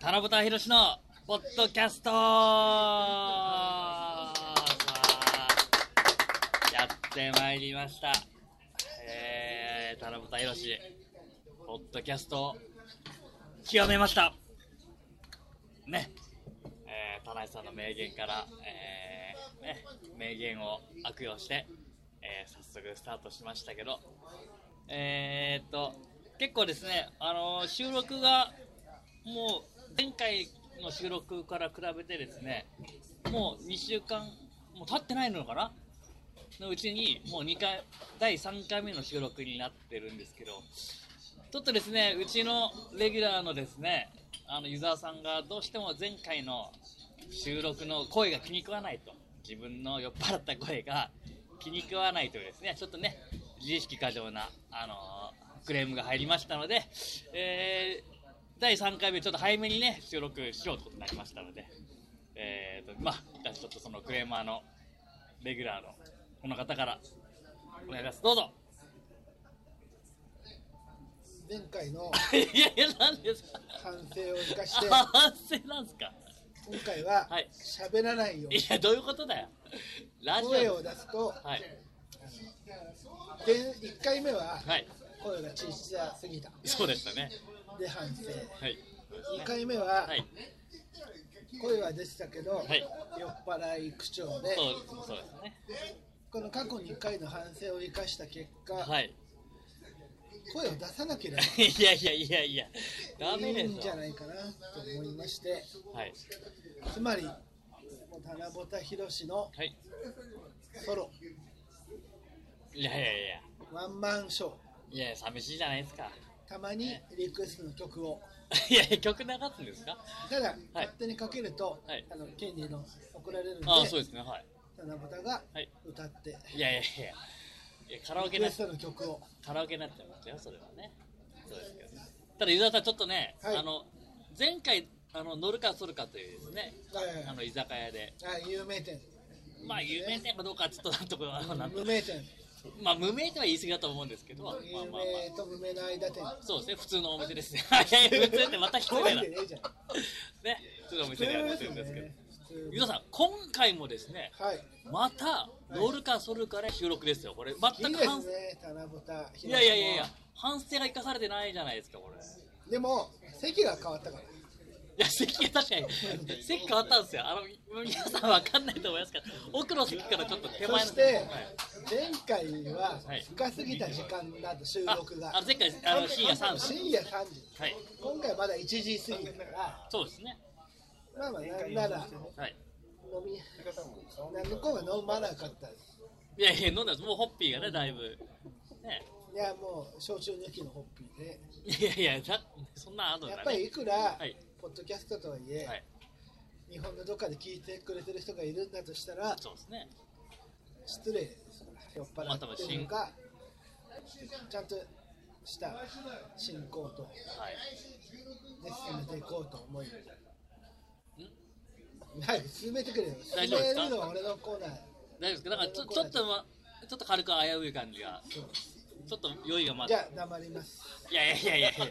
田中田博のポッドキャストさあやってまいりました。えー、田中田博ポッドキャストを極めました。ね。えー、田中さんの名言から、えーね、名言を悪用して、えー早速スタートしましたけど、えー、っと、結構ですね、あのー収録がもう前回の収録から比べてですね、もう2週間、もう経ってないのかなのうちに、もう2回、第3回目の収録になってるんですけど、ちょっとですね、うちのレギュラーのですね、あの湯沢さんがどうしても前回の収録の声が気に食わないと、自分の酔っ払った声が気に食わないというですね、ちょっとね、自意識過剰な、あのークレームが入りましたので、えー第3回目、ちょっと早めにね、収録しようということになりましたので、えーと、まあ、じゃあちょっとそのクレーマーのレギュラーのこの方からお願いします。どうぞ。 前回のいやいや、なんですか。反省を生 かしてあ反省なんですか今回ははい喋らないよういにやどういうことだよラジオ声を出すとはい前1回目ははい声が小さすぎたそうでしたねで反省はい2回目ははい声は出てたけどはい酔っ払い口調でそうそうですねこの過去2回の反省を生かした結果はい 声を出さなければいやいやいやいやダメいでいすんじよゃないかなと思いましてはいつまり田中田博のはいソロいやいやいやワンマンショーいや寂しいじゃないですか たまにリクエストの曲をいや曲流すんですかただ、勝手にかけると、はいあの権利の怒られるので、ああそうですねはい七夕がはい歌って、いやいやいやいやカラオケリクなエストの曲を、カラオケになっちゃいましたよそれはねそうですけどただ湯沢さんちょっとね、はいあの前回あの乗るかそるかというですねはいはいあの居酒屋ではいあ有名店、まあ有名店かどうかはちょっとなんとかはなんと無名店、まあ無名とは言い過ぎだと思うんですけど、まあまあ有ま名と無名の間店、あ、そうですね、普通のお店ですね。 いやいや、普通ってまた失 礼だ。覚えてねね、えじゃん、普通のお店でやってるん普で通すけど。普皆さん、今回もですね、通はい、また、乗るかそるかで収録ですよ、これ。い全いくで反すね、七夕、いやいやいやいや、反省が生かされてないじゃないですか、これ。いでも、席が変わったから、や、席が確かに、 席変わったんですよ。あの、皆さんわかんないと思いますけど、奥の席からちょっと手前のそ席。して、はい前回ははい深すぎた時間だと、収あ録が、あの前回、あの、深夜3時。深夜3時、はい。今回まだ1時過ぎだから、そうですね。まあまあ、なんなら。はい。飲み向こうが飲まなかったですいやいや、飲んだんです。もうホッピーがね、だいぶ。ね。いやもう焼酎抜きのホッピーでいやいや、だそんなんあるんやっだぱね。りいくら、いポッドキャストとはいえ、はい。日本のどっかで聞いてくれてる人がいるんだとしたらそうですね。失礼ですから酔っ払ってるのかちゃんとした進行とはい。で進めていこうと思いんはい進めてくれよ大進丈夫でめすかるのは俺のコーナー大丈夫ですかだからちょ、ちょっと、ま、ちょっと軽く危うい感じが。ちょっと酔いがまじだ。ゃあ黙りますいやいやいやいやいや。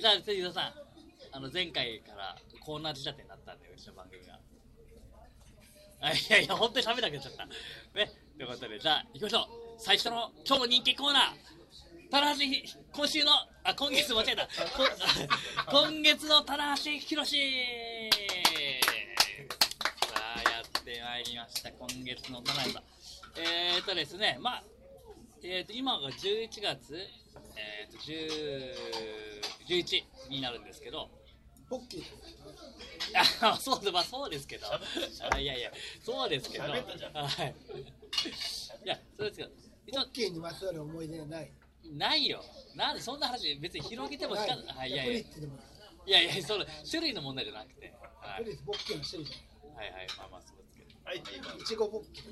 じゃあ、杉田さん。あの、前回からコーナー仕立てになったんで、うちの番組が。あいやいや、本当に喋らなくなっちゃった。ね。ということで、じゃあ、行きましょう。最初の今日の人気コーナー。棚橋ひ、今週の、あ、今月間違えた。こ今月の棚橋宏さあ、やってまいりました。今月の棚橋さん。えーとですね、まあ、えーと、今が11月、えーと、10 11になるんですけど、ポッキーですあそうでまあそうですけど、あいやいや、そうですけど、はい、いや、そうですけど、一ポ応ッキーにまつわる思い出はないないよ、なんでそんな話、別に広げてもしかない、いなやいプいや、リいッツでもないやいや、その種類の問題じゃなくて、はい、プリンスボッキーの種類じはい、はい、まあまあ、そうですけど、はい、って今ゃん。いちごボッキ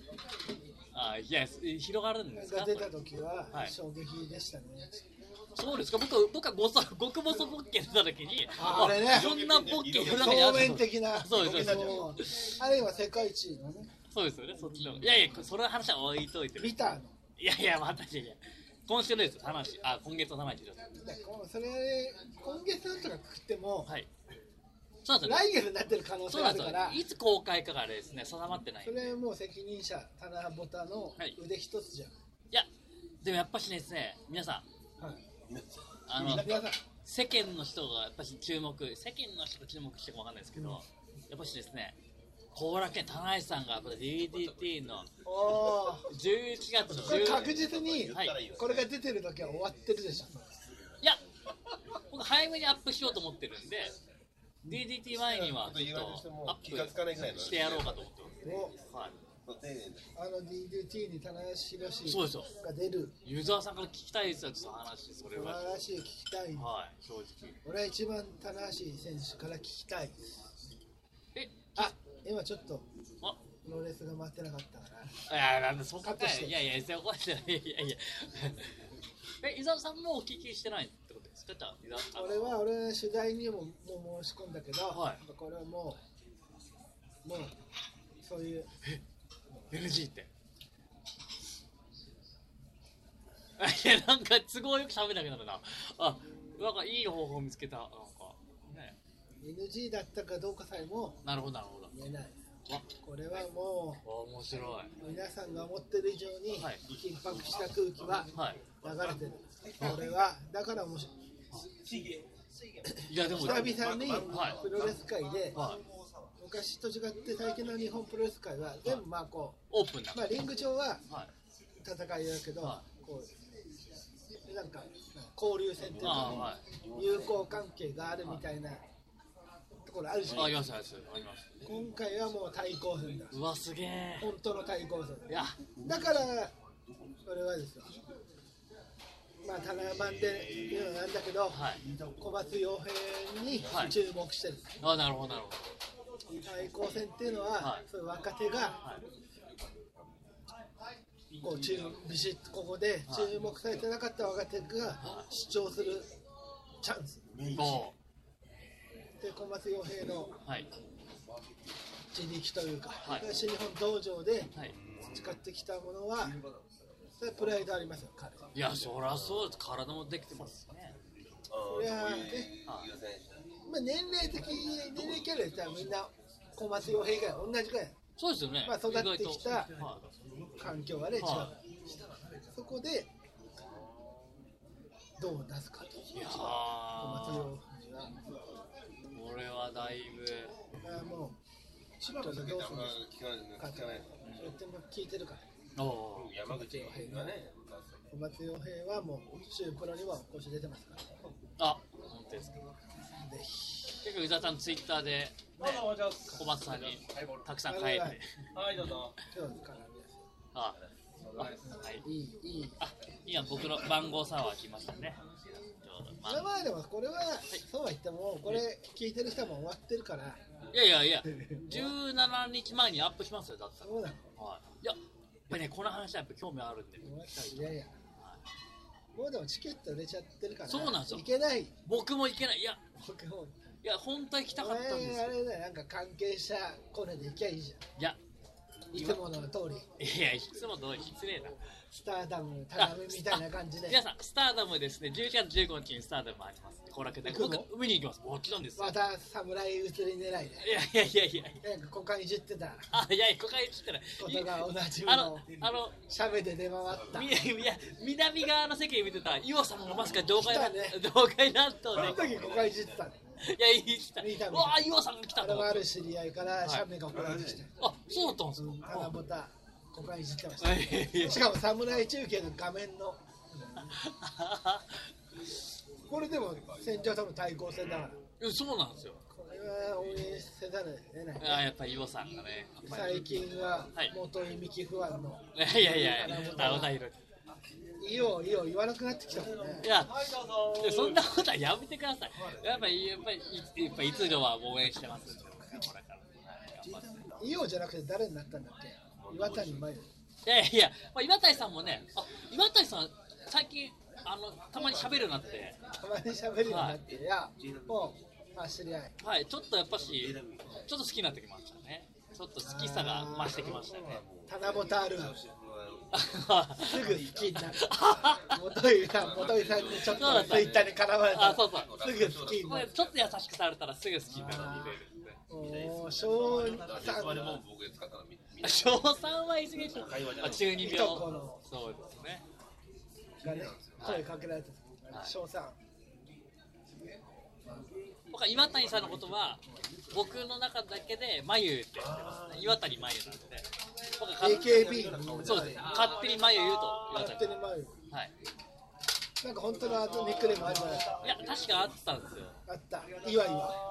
あいや、広がるんですーか、がそれ出た時ははい衝撃でしたね。そうですか、僕は、僕はごそ、極細ボッケ出たときに、ああれねこんなボッケ世の中にあ表る面的な。そうですそうですもうあるいは世界一のね、そうですよね、そっちの。いやいや、その話は置いといて。ビターの。いやいや、またいやいや。今週のです話あ今月の話ですだからこうそれ今月のとか食っても、はいそうなんですよ来月になってる可能性そうがなあんるですかよらいつ公開かがですね定まってないそれはもう責任者棚ぼたのはい腕一つじゃん、いやでもやっぱしねですね皆さんはいあの皆さん世間の人がやっぱし注目世間の人が注目してるかわかんないですけど、やっぱしですね後楽園田内さんがやっぱ DDT のおー11月のこれ10確実にはいこれが出てる時は終わってるでしょいや僕早めにアップしようと思ってるんで DDT 前にはちょっとアップしてやろうかと思ってもうます、はい、あの DDT に田中宏そうですよが出るユーザーさんから聞きたいですよちょっと話それ素は晴らしい聞きたいはい正直俺は一番田中選手から聞きたいえあ今ちょっとあプロレスが回ってなかったからいやなんでそんカなットしていやいや全然怒ってないいやいや え伊沢さんもお聞きしてないってことですかじゃあ伊沢さん俺は俺は取材にももう申し込んだけど、はいやっぱこれはもうもうそういう NG って いやなんか都合よく喋れなくなるなあなんかいい方法見つけたなんかね NG だったかどうかさえもなるほどなるほど言えないあこれはもあ面白いう皆さんが思ってる以上にはい緊迫した空気ははい流れてる、これはだから面白いいやでも久々にはいプロレス界ではい、昔と違って最近の日本プロレス界は全部まあこオープンだう、まあ、リング上ははい戦いだけどはこうなんか交流戦というあかはい友好関係があるみたいなところあるしあありますありますあります今回はもう対抗戦だうわすげえ本当の対抗い戦やだからそれはですよまあ七番で言うのなんだけどはい小松洋平にはい注目してる、あなるほどなるほど対抗戦っていうのは、はいそういう若手がはいこう注ビシッとここではい注目されてなかった若手が主張するチャンスもで小松洋平のうはい自力というか、はい東日本道場ではい培ってきたものは、それはプライドありますよ、彼。いやそりゃそうです体もできてますしねいやーねまあ、年齢的に、年齢キャラで言ったらみんな小松洋平以外同じくらいそうですよね、まあ育ってきた意外とは環境はね、違うは。そこで、どう出すかと。い、いやー小松洋平は。これはだいぶだからもう、ちょっとどうするんですかと。それってもう聞いてるから。おお山口の辺がね、小松洋平はもう、週プロには今週出てますから。あ本当ですかぜひ。結構伊沢さんツイッターで、ね、小松さんにたくさん書いてはいはい、どうぞ。今日からね、ああはいいい、いい。あ今僕の番号さは来ましたねちょうどままああまあでもこれはそうは言ってもこれ聞いてる人はもう終わってるからいやいやいや17日前にアップしますよだったらそうなのはいいややっぱりねこの話はやっぱ興味あるんでいやいやもうでもチケット売れちゃってるからそうなんですよいけない僕も行けないいや僕もいや本当は行きたかったんです前あよれだよなんか関係者コネで行きゃいいじいやゃんいつもの通りいやいつも通り失礼なスターダム田辺みたいな感じで皆さんスターダムですね11月15日にスターダムあります後楽園行くの僕見に行きますもちろんですよまた侍移り狙いでいやいやいやいやなんか股間いじってたあいやここへ来たらいことがおなじみあののあのシャメで出回ったみ いや南側の席見てた岩さんがまさか上海来たね上海乱あ闘ので時股間いじってたのいやいい来た見た見たうわあ岩さんが来たあとの思っあてる知り合いからシャメが送られてきてあそうだったんですうん、か花ぼた、股間いじってましあいやいやいや た。しかも侍中継の画面の、これでも戦場との対抗戦だから、うんそうなんですよこれは応援せざるを得ない。あやっぱ岩さんがね最近ははい元井美樹不安の、いやいやいやあ小田博いいよいいよ言わなくなってきたもんねい。やはい、どうぞ。でそんなことはやめてください。やっぱり、やっぱり、いやっぱいつのは応援してます。いいよじゃなくて誰になったんだっけ岩谷真由。いやいや、まあ、岩谷さんもね、あ、岩谷さん、最近、あの、たまに喋るようになって。たまに喋るようになって、いや、もう、まあ、知り合い。はい、ちょっとやっぱし、ちょっと好きになってきましたね。ちょっと好きさが増してきましたね。七夕あるある。あすぐ好きになる。元井さん、元井さんにちょっそうだっとたツイッターに絡まれたあそうそうすぐ好きにこなれ る。ちょっと優しくされたらすぐ好きになるもう、小だからさ別ん割もの僕が使ったのみみんな小3はいすぎちゃう会話じゃあない中二い病とこのそうですねがね、声かけられた時はい小さん、僕は岩谷さんのことは僕の中だけで眉って言ってますね岩谷眉なんで僕は勝手 AKB のみんそうなですでね勝手に眉言うと岩勝谷手に前をはいなんか本当のあとニックネームあるじゃないですかいや確かあったんですよあった、いわいわ。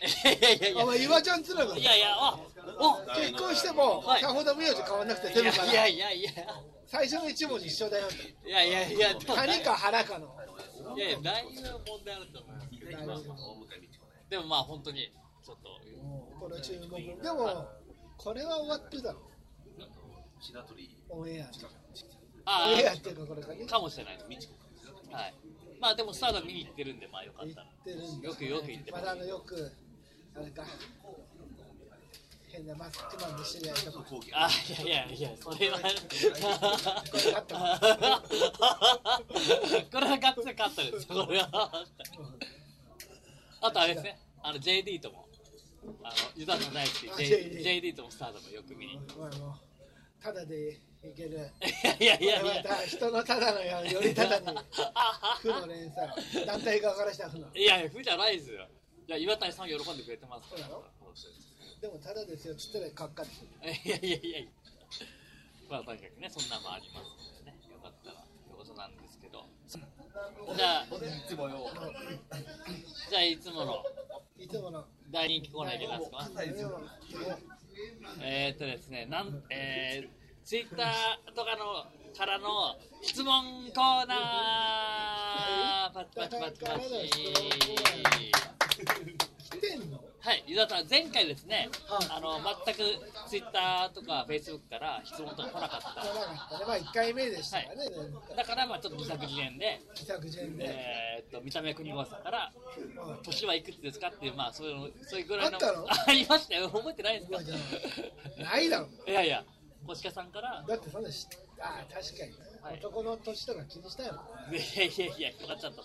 いやいやいやお前、いわちゃんつながいやいやあお結婚してもは、いさほど名字変わんなくてい済むかやら、いやいや最初の一文字一緒だよっいて。やいやいやでも谷か腹かの。いやいや内容は問題あると思うんですけど大向かい道子ねでもまあ本当にちょっとこの注目。でも、これは終わってたの、白鳥オンエア。あオンエアあっていうか、これかね。かもしれないですはいまあでもスターダム見に行ってるんでまあよかっ言ったらてるんだよくよく言ってまますだあのよく、あれか、変なマスクマンで知り合いちょとっか、と高原あいやいやいやそれはこれはガッツリ勝ったですこれはあとあれですねあの JD ともあのユダの大好きあ J- JD JD ともスターダムよく見に行っお前もうただでいける。ていやいやいやいまた人のただのよよりただに、負の連鎖、団体側からしたら負の。やいやいや負じゃないですよいや岩谷さん喜んでくれてますからそうなのでも、ただですよ、つったらかっかって。いやいやいやいやまあとにかくねそんなもんありますんでねよかったらってことなんですけどじゃあいつもよ。じゃあいつものいつもの。大人気コーナーいきますかいつもえーっとですね、なん、えー、ツイッターとかのからの質問コーナーパチパチパチパチ来てんのはい、伊沢さん、前回ですね、はいあの全くツイッターとかフェイスブックから質問とか来なかっ来なかったね。まあ、1回目でしたからね。た、だからまあちょっと自作自演で、帰宅順で。えーっと見た目国郷さんから、年はいくつですかっていう、まあそういうの、そういうぐらいの、あったのありましたよ、覚えてないですか覚えてないないだろ。 いやいや、小鹿さんから、だってそんなし、ああ、確かに、はい男の年とか気にしたよ。いやいやいや、引っかかっちゃった。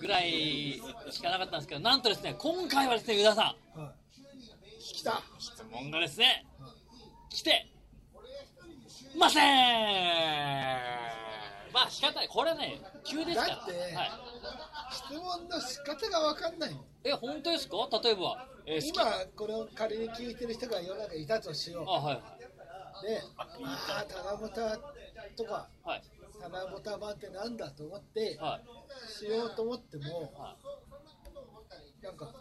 ぐらいしかなかったんですけど、なんとですね、今回はですね、宇田さん、はい。来た。質問がですね、来てませんまあ仕方ない、これはね、急ですから。だってはい、質問の仕方がわかんない。え、本当ですか例えば、えー好き今、これを仮に聞いてる人が世の中いたとしあ、よはいはう。で、ああ、七夕とか、い。はい。七夕版ってなんだと思って、はい。しようと思っても、はなんか、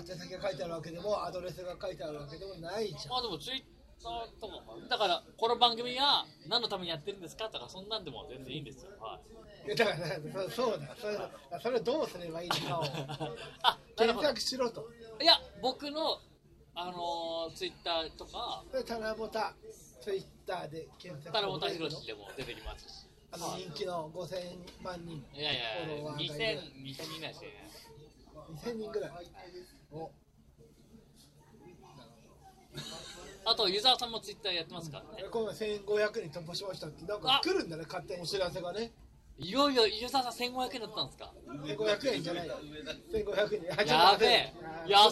宛先が書いてあるわけでも、アドレスが書いてあるわけでもないじゃんま。あでも、ツイッターとかもだから、この番組が何のためにやってるんですかとか、そんなんでも全然いいんですよ。はい。いやだからそそうだそれそれどうすればいいのかを あ、なるほど。検索しろといや、僕の、あのー、ツイッターとか、で七夕ツイッターで検索田中宏でも出てきますし。あの人気の5000万人いやいやフォロ、ワ2000、2000ーがいる人なんですよね。 2000人ぐらいおあと、湯沢さんもツイッターやってますからね。今度1500人突破しましたってなんあか来るんだね勝手にお知らせがねいよいよ湯沢さん1500円だったんですか1500円じゃないよ1500人あちょっとや待べってえあ。ー安